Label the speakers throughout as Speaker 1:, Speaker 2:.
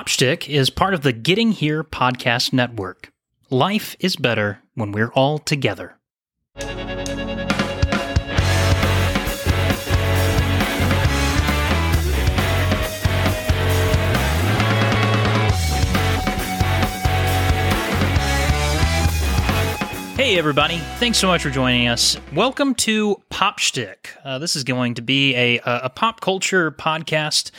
Speaker 1: Chopstick is part of the Getting Here podcast network. Life is better when we're all together. Hey, everybody. Thanks so much for joining us. Welcome to Popstick. Uh, this is going to be a, a, a pop culture podcast.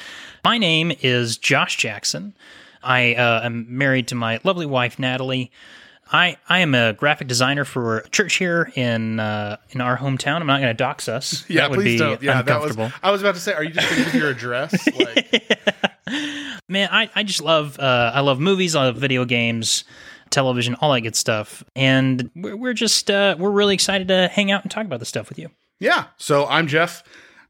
Speaker 1: My name is Josh Jackson. I uh, am married to my lovely wife, Natalie. I, I am a graphic designer for a church here in uh, in our hometown. I'm not going to dox us.
Speaker 2: Yeah,
Speaker 1: That would
Speaker 2: please
Speaker 1: be
Speaker 2: don't. Yeah, that was.
Speaker 1: uncomfortable.
Speaker 2: I was about to say, are you just going to give your address? Like,
Speaker 1: man i, I just love uh, i love movies i love video games television all that good stuff and we're, we're just uh, we're really excited to hang out and talk about this stuff with you
Speaker 2: yeah. So I'm Jeff.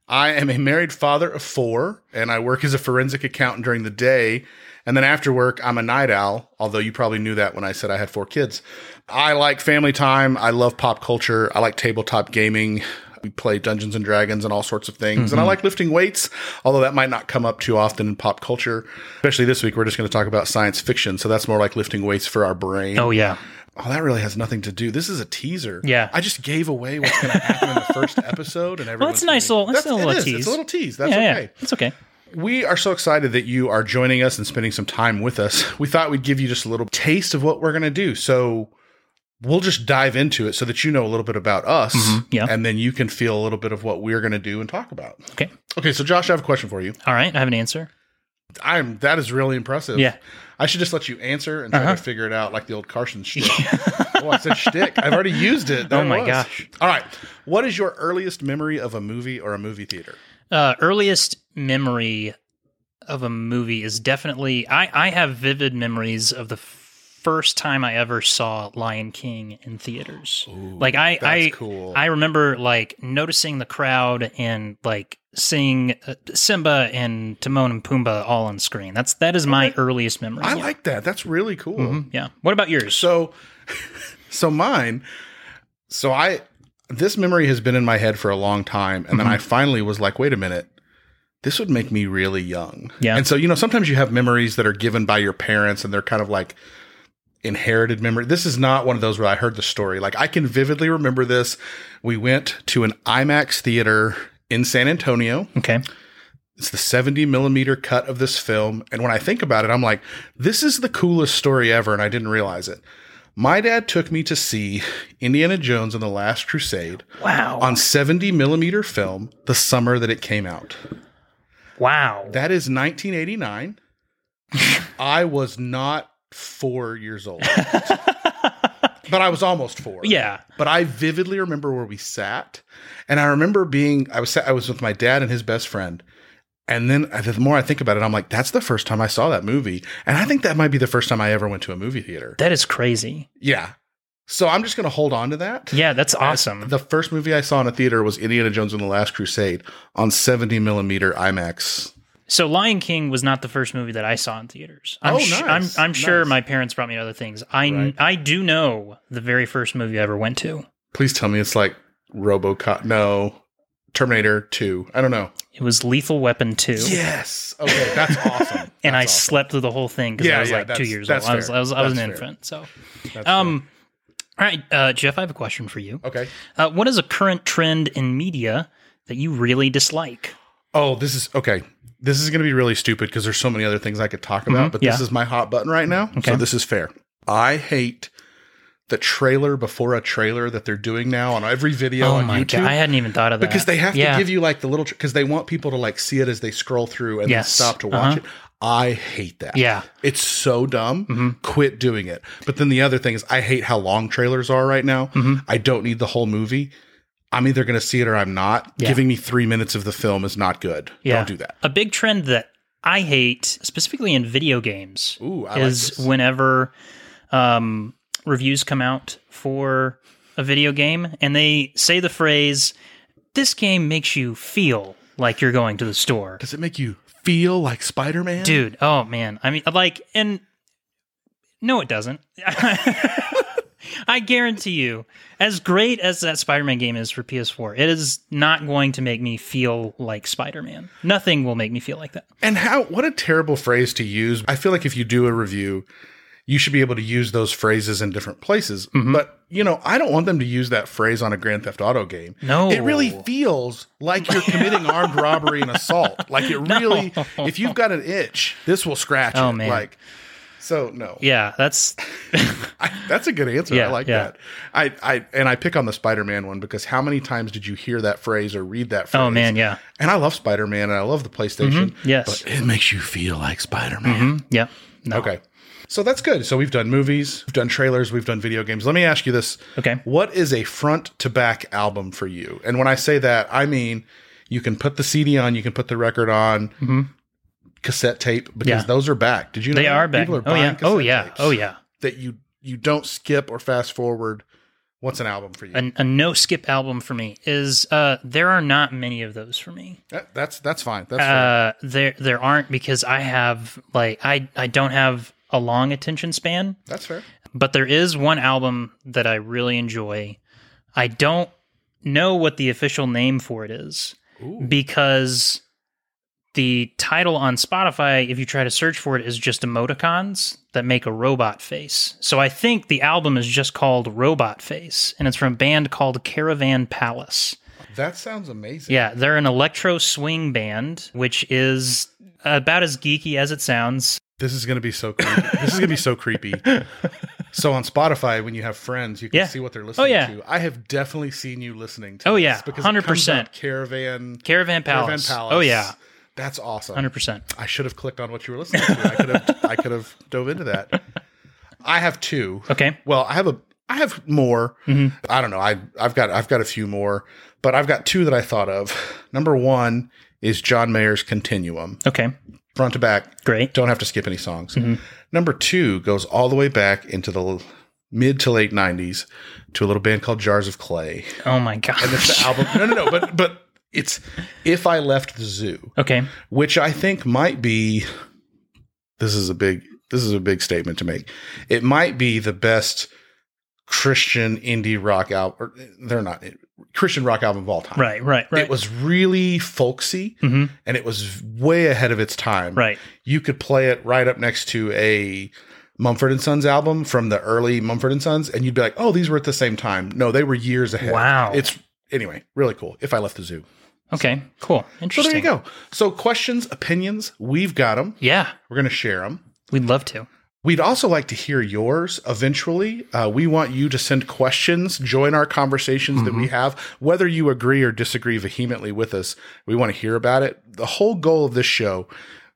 Speaker 2: I am a married father of four, and I work as a forensic accountant during the day. And then after work, I'm a night owl, although you probably knew that when I said I had four kids. I like family time. I love pop culture. I like tabletop gaming. We play Dungeons and Dragons and all sorts of things. And I
Speaker 1: Mm-hmm.
Speaker 2: like lifting weights, although that might not come up too often in pop culture. Especially this week, we're just going to talk about science fiction. So that's more like lifting weights for our brain.
Speaker 1: oh yeah
Speaker 2: Oh, that really has nothing to do. This is a teaser.
Speaker 1: Yeah.
Speaker 2: I just gave away what's going to happen in the first episode, and everyone.
Speaker 1: that's a nice little- that's a little tease.
Speaker 2: It's a little tease. That's
Speaker 1: yeah
Speaker 2: okay.
Speaker 1: yeah it's okay
Speaker 2: We are so excited that you are joining us and spending some time with us. We thought we'd give you just a little taste of what we're going to do. So we'll just dive into it so that you know a little bit about us,
Speaker 1: Mm-hmm. yeah.
Speaker 2: and then you can feel a little bit of what we're going to do and talk about.
Speaker 1: okay
Speaker 2: Okay, so Josh, I have a question for you.
Speaker 1: all right i have an answer
Speaker 2: I'm that is really impressive.
Speaker 1: Yeah. Uh-huh.
Speaker 2: I should just let you answer and try to figure it out like the old Carson shtick. oh, I said shtick. I've already used it. There
Speaker 1: Oh,
Speaker 2: it
Speaker 1: my
Speaker 2: was.
Speaker 1: gosh.
Speaker 2: All right. What is your earliest memory of a movie or a movie theater?
Speaker 1: uh, earliest memory of a movie is definitely I, I have vivid memories of the f- first time I ever saw Lion King in theaters. like I I
Speaker 2: that's cool.
Speaker 1: I remember like noticing the crowd and like seeing uh, Simba and Timon and Pumbaa all on screen. That's that is my earliest memory.
Speaker 2: I
Speaker 1: yeah.
Speaker 2: like that. That's really cool.
Speaker 1: yeah. What about yours?
Speaker 2: So so mine so I this memory has been in my head for a long time and then I finally was like, wait a minute. This would make me really young.
Speaker 1: Yeah.
Speaker 2: And so, you know, sometimes you have memories that are given by your parents and they're kind of like inherited memory. This is not one of those where I heard the story. Like I can vividly remember this. We went to an IMAX theater in San Antonio.
Speaker 1: okay.
Speaker 2: It's the 70 millimeter cut of this film. And when I think about it, I'm like, this is the coolest story ever. And I didn't realize it. My dad took me to see Indiana Jones and the Last Crusade
Speaker 1: Wow.
Speaker 2: on 70 millimeter film the summer that it came out.
Speaker 1: wow.
Speaker 2: That is 1989. I was not four years old, but I was almost four.
Speaker 1: yeah.
Speaker 2: But I vividly remember where we sat, and I remember being I was sat, I was with my dad and his best friend. And then uh, the more I think about it, I'm like, that's the first time I saw that movie, and I think that might be the first time I ever went to a movie theater.
Speaker 1: That is crazy.
Speaker 2: yeah. So I'm just gonna hold on to that.
Speaker 1: Yeah, that's awesome.
Speaker 2: The first movie I saw in a theater was Indiana Jones and the Last Crusade on 70 millimeter IMAX.
Speaker 1: So Lion King was not the first movie that I saw in theaters. I'm
Speaker 2: Oh,
Speaker 1: sh-
Speaker 2: nice.
Speaker 1: I'm, I'm sure
Speaker 2: Nice.
Speaker 1: my parents brought me to other things. I
Speaker 2: Right.
Speaker 1: I do know the very first movie I ever went to.
Speaker 2: Please tell me it's like RoboCop. No, Terminator 2. I don't know.
Speaker 1: It was Lethal Weapon 2.
Speaker 2: Yes. Okay, that's awesome.
Speaker 1: And I
Speaker 2: That's awesome.
Speaker 1: slept through the whole thing because
Speaker 2: Yeah,
Speaker 1: I was
Speaker 2: yeah,
Speaker 1: like two
Speaker 2: that's-
Speaker 1: years old.
Speaker 2: that's
Speaker 1: I was,
Speaker 2: fair.
Speaker 1: I was, I was an
Speaker 2: That's fair.
Speaker 1: infant. So,
Speaker 2: That's
Speaker 1: um, all right, uh, Jeff, I have a question for you.
Speaker 2: fair. okay.
Speaker 1: Uh, what is a current trend in media that you really dislike?
Speaker 2: Oh, this is okay. This is going to be really stupid because there's so many other things I could talk about, but this
Speaker 1: Mm-hmm. yeah.
Speaker 2: is my hot button right now.
Speaker 1: Okay.
Speaker 2: So this is fair. I hate the trailer before a trailer that they're doing now on every video
Speaker 1: oh
Speaker 2: on
Speaker 1: my
Speaker 2: YouTube.
Speaker 1: god, I hadn't even thought of that.
Speaker 2: because they have
Speaker 1: yeah.
Speaker 2: to give you like the little because they want people to like see it as they scroll through and
Speaker 1: Yes. Uh-huh.
Speaker 2: then stop to watch it. I hate that.
Speaker 1: Yeah. Mm-hmm.
Speaker 2: it's so dumb. Quit doing it. But then the other thing is, I hate how long trailers are right now.
Speaker 1: Mm-hmm.
Speaker 2: I don't need the whole movie. I'm either going to see it or I'm not.
Speaker 1: Yeah.
Speaker 2: Giving me three minutes of the film is not good.
Speaker 1: Yeah.
Speaker 2: Don't do that.
Speaker 1: A big trend that I hate, specifically in video games,
Speaker 2: Ooh, I like
Speaker 1: is
Speaker 2: this.
Speaker 1: whenever um, reviews come out for a video game and they say the phrase, "This game makes you feel like you're going to the store."
Speaker 2: Does it make you feel like Spider Man?
Speaker 1: Dude, oh man, I mean, like, and no, it doesn't. I guarantee you, as great as that Spider Man game is for PS4, it is not going to make me feel like Spider Man. Nothing will make me feel like that.
Speaker 2: And how, what a terrible phrase to use. I feel like if you do a review, you should be able to use those phrases in different places.
Speaker 1: Mm-hmm.
Speaker 2: But, you know, I don't want them to use that phrase on a Grand Theft Auto game.
Speaker 1: No.
Speaker 2: It really feels like you're committing armed robbery and assault. Like it really, if you've got an itch, this will scratch
Speaker 1: Oh,
Speaker 2: it.
Speaker 1: man.
Speaker 2: Like, so no,
Speaker 1: Yeah, that's
Speaker 2: I, that's a good answer.
Speaker 1: Yeah,
Speaker 2: I like
Speaker 1: yeah.
Speaker 2: that. I, I, and I pick on the Spider-Man one because how many times did you hear that phrase or read that phrase?
Speaker 1: oh man, yeah, Mm-hmm.
Speaker 2: And I love Spider-Man and I love the PlayStation.
Speaker 1: yes. Mm-hmm.
Speaker 2: But it makes you feel like Spider-Man.
Speaker 1: yeah. No.
Speaker 2: Mm-hmm. Okay. So that's good. So we've done movies, we've done trailers, we've done video games. Let me ask you this.
Speaker 1: Okay.
Speaker 2: What is a front to back album for you? And when I say that, I mean you can put the CD on, you can put the record on, cassette tape, because
Speaker 1: Mm-hmm. Yeah.
Speaker 2: those are back. Did you know
Speaker 1: They
Speaker 2: that?
Speaker 1: are back.
Speaker 2: People
Speaker 1: oh yeah.
Speaker 2: buying
Speaker 1: Oh
Speaker 2: cassette
Speaker 1: yeah.
Speaker 2: tapes
Speaker 1: Oh yeah.
Speaker 2: That you you don't skip or fast forward. What's an album for you?
Speaker 1: An, a no skip album for me is uh there are not many of those for me.
Speaker 2: That- that's that's fine. That's fine.
Speaker 1: Uh there there aren't because I have like I I don't have a long attention span.
Speaker 2: That's fair.
Speaker 1: but there is one album that I really enjoy. I don't know what the official name for it is
Speaker 2: Ooh.
Speaker 1: because the title on Spotify, if you try to search for it, is just emoticons that make a robot face. So I think the album is just called Robot Face, and it's from a band called Caravan Palace.
Speaker 2: That sounds amazing.
Speaker 1: Yeah, they're an electro swing band, which is about as geeky as it sounds.
Speaker 2: This is gonna be so. Creepy. this is gonna be so creepy. So on Spotify, when you have friends, you can
Speaker 1: Yeah. Oh,
Speaker 2: see what they're listening
Speaker 1: yeah.
Speaker 2: to. I have definitely seen you listening to.
Speaker 1: Oh,
Speaker 2: this
Speaker 1: yeah.
Speaker 2: because it
Speaker 1: 100%.
Speaker 2: comes up Caravan
Speaker 1: Caravan
Speaker 2: Caravan
Speaker 1: Palace.
Speaker 2: Palace.
Speaker 1: Oh yeah,
Speaker 2: that's awesome.
Speaker 1: 100%.
Speaker 2: I should have clicked on what you were listening to. I could have I could have dove into that. I have two.
Speaker 1: Okay.
Speaker 2: Well, I have a I have more.
Speaker 1: Mhm.
Speaker 2: I don't know. I I've got I've got a few more, but I've got two that I thought of. Number one is John Mayer's Continuum,
Speaker 1: Okay.
Speaker 2: front to back,
Speaker 1: Great.
Speaker 2: don't have to skip any songs.
Speaker 1: Mhm.
Speaker 2: Number two goes all the way back into the l- mid to late '90s to a little band called Jars of Clay,
Speaker 1: Oh my god.
Speaker 2: and it's the album. No, no, no, but but it's "If I Left the Zoo,"
Speaker 1: Okay.
Speaker 2: which I think might be. This is a big. This is a big statement to make. It might be the best Christian indie rock album. They're not Christian rock album of all time.
Speaker 1: Right, right, right.
Speaker 2: It was really folksy,
Speaker 1: hmm
Speaker 2: and it was way ahead of its time
Speaker 1: Right.
Speaker 2: you could play it right up next to a Mumford and Sons album from the early Mumford and Sons, and you'd be like, "Oh, these were at the same time." No, they were years ahead.
Speaker 1: Wow.
Speaker 2: It's anyway really cool. If I left the zoo,
Speaker 1: Okay. Cool.
Speaker 2: so
Speaker 1: Interesting.
Speaker 2: there you go. So questions, opinions, we've got them.
Speaker 1: Yeah,
Speaker 2: We're gonna share them.
Speaker 1: we'd love to.
Speaker 2: We'd also like to hear yours eventually. Uh, we want you to send questions, join our conversations that
Speaker 1: Mm-hmm.
Speaker 2: we have, whether you agree or disagree vehemently with us. We want to hear about it. The whole goal of this show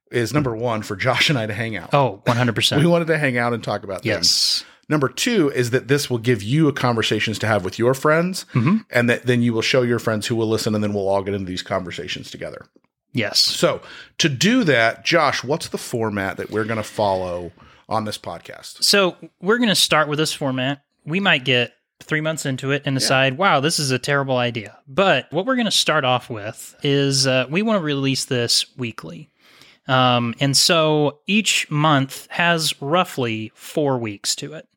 Speaker 2: is number one for Josh and I to hang out.
Speaker 1: Oh, 100
Speaker 2: We
Speaker 1: percent.
Speaker 2: wanted to hang out and talk about things.
Speaker 1: Yes.
Speaker 2: Number two is that this will give you a conversations to have with your friends,
Speaker 1: Mm-hmm.
Speaker 2: and that then you will show your friends who will listen, and then we'll all get into these conversations together.
Speaker 1: Yes.
Speaker 2: So to do that, Josh, what's the format that we're going to follow on this podcast?
Speaker 1: So we're gonna start with this format. We might get three months into it and decide, wow, this is a terrible idea. But what we're gonna start off with is uh, we want to release this weekly. Um, and so each month has roughly four weeks to it,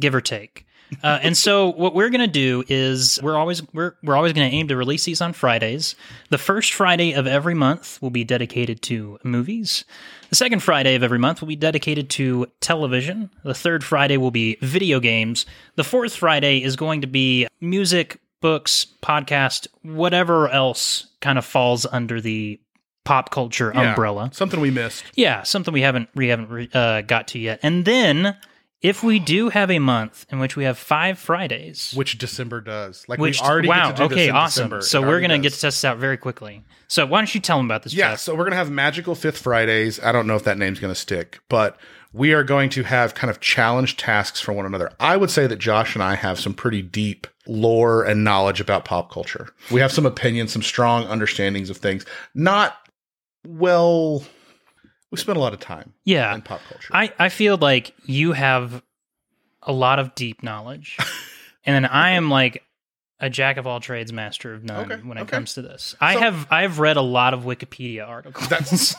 Speaker 1: give or take. Uh, and so what we're going to do is we're always we're, we're always going to aim to release these on Fridays. The first Friday of every month will be dedicated to movies. The second Friday of every month will be dedicated to television. The third Friday will be video games. The fourth Friday is going to be music, books, podcast, whatever else kind of falls under the pop culture
Speaker 2: Yeah.
Speaker 1: umbrella.
Speaker 2: Something we missed.
Speaker 1: Yeah, something we haven't we haven't re- uh, got to yet. And then if we do have a month in which we have five Fridays,
Speaker 2: Which December does? Like
Speaker 1: which
Speaker 2: we already
Speaker 1: wow,
Speaker 2: get to
Speaker 1: okay,
Speaker 2: do this in
Speaker 1: awesome.
Speaker 2: December.
Speaker 1: So
Speaker 2: It
Speaker 1: we're
Speaker 2: already
Speaker 1: gonna
Speaker 2: does.
Speaker 1: get to test this out very quickly. So why don't you tell them about this?
Speaker 2: Yeah,
Speaker 1: Jeff?
Speaker 2: so we're going to have Magical Fifth Fridays. I don't know if that name's going to stick, but we are going to have kind of challenge tasks for one another. I would say that Josh and I have some pretty deep lore and knowledge about pop culture. We have some opinions, some strong understandings of things. Not well, we spend a lot of time
Speaker 1: yeah.
Speaker 2: in pop culture.
Speaker 1: I I feel like you have a lot of deep knowledge, and then I am like a jack of all trades, master of none
Speaker 2: Okay,
Speaker 1: when it
Speaker 2: okay.
Speaker 1: comes to this. I
Speaker 2: So-
Speaker 1: have I've read a lot of Wikipedia articles.
Speaker 2: That's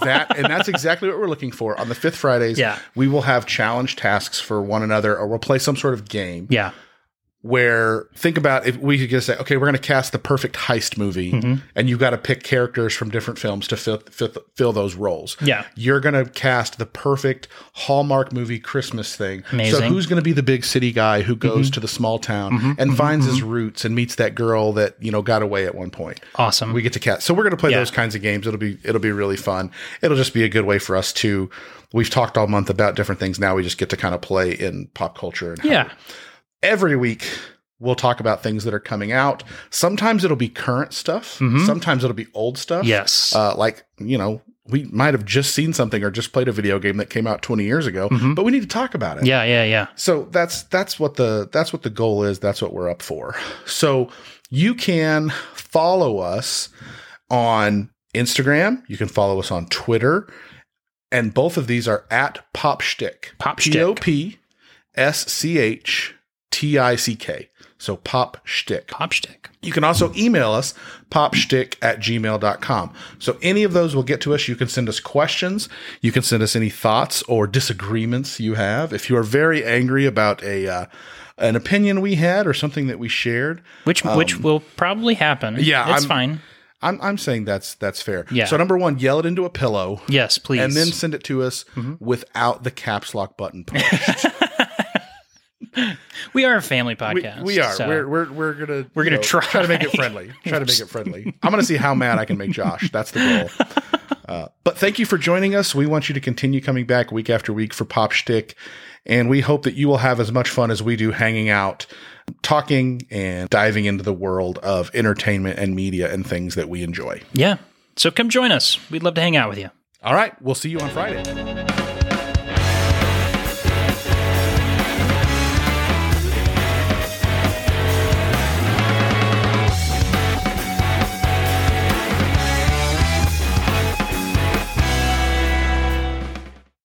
Speaker 2: that, and that's exactly what we're looking for. On the fifth Fridays,
Speaker 1: Yeah.
Speaker 2: we will have challenge tasks for one another, or we'll play some sort of game
Speaker 1: yeah.
Speaker 2: where think about if we could just say, okay, we're going to cast the perfect heist movie,
Speaker 1: Mm-hmm.
Speaker 2: and you've got to pick characters from different films to fill, fill, fill those roles.
Speaker 1: Yeah.
Speaker 2: You're going to cast the perfect Hallmark movie Christmas thing. So,
Speaker 1: Amazing. Mm-hmm.
Speaker 2: who's going to be the big city guy who goes to the small town and finds his roots and meets that girl that, you know, got away at one point?
Speaker 1: Awesome.
Speaker 2: we get to cast. So we're going to play
Speaker 1: Yeah.
Speaker 2: those kinds of games. It'll be it'll be really fun. It'll just be a good way for us to. We've talked all month about different things. Now we just get to kind of play in pop culture. And how-
Speaker 1: yeah.
Speaker 2: every week we'll talk about things that are coming out. Sometimes it'll be current stuff. Sometimes it'll be old stuff.
Speaker 1: Yes.
Speaker 2: Uh, like you know, we might have just seen something or just played a video game that came out 20 years ago, but we need to talk about it.
Speaker 1: yeah, yeah, yeah.
Speaker 2: So that's that's what the that's what the goal is. That's what we're up for. So you can follow us on Instagram. You can follow us on Twitter, and both of these are at Popshtick.
Speaker 1: Popshtick.
Speaker 2: P O P S C H T I C K. So Popshtick.
Speaker 1: Popstick.
Speaker 2: You can also email us, popshtick at gmail.com. So any of those will get to us. You can send us questions. You can send us any thoughts or disagreements you have. If you are very angry about a uh, an opinion we had or something that we shared,
Speaker 1: Which which will probably happen.
Speaker 2: Um, yeah,
Speaker 1: It's
Speaker 2: I'm-
Speaker 1: fine.
Speaker 2: I'm, I'm saying that's that's fair.
Speaker 1: Yeah.
Speaker 2: So number one, yell it into a pillow
Speaker 1: Yes, Mm-hmm. please.
Speaker 2: and then send it to us without the caps lock button pushed.
Speaker 1: we are a family
Speaker 2: We,
Speaker 1: podcast.
Speaker 2: we are.
Speaker 1: so-
Speaker 2: We're we're we're gonna
Speaker 1: uh, We're gonna try.
Speaker 2: to make it friendly. Try to make it friendly. I'm gonna see how mad I can make Josh. That's the goal. Uh, but thank you for joining us. We want you to continue coming back week after week for Pop Shtick, and we hope that you will have as much fun as we do hanging out, talking, and diving into the world of entertainment and media and things that we enjoy.
Speaker 1: yeah. So come join us. We'd love to hang out with you.
Speaker 2: All right, we'll see you on Friday.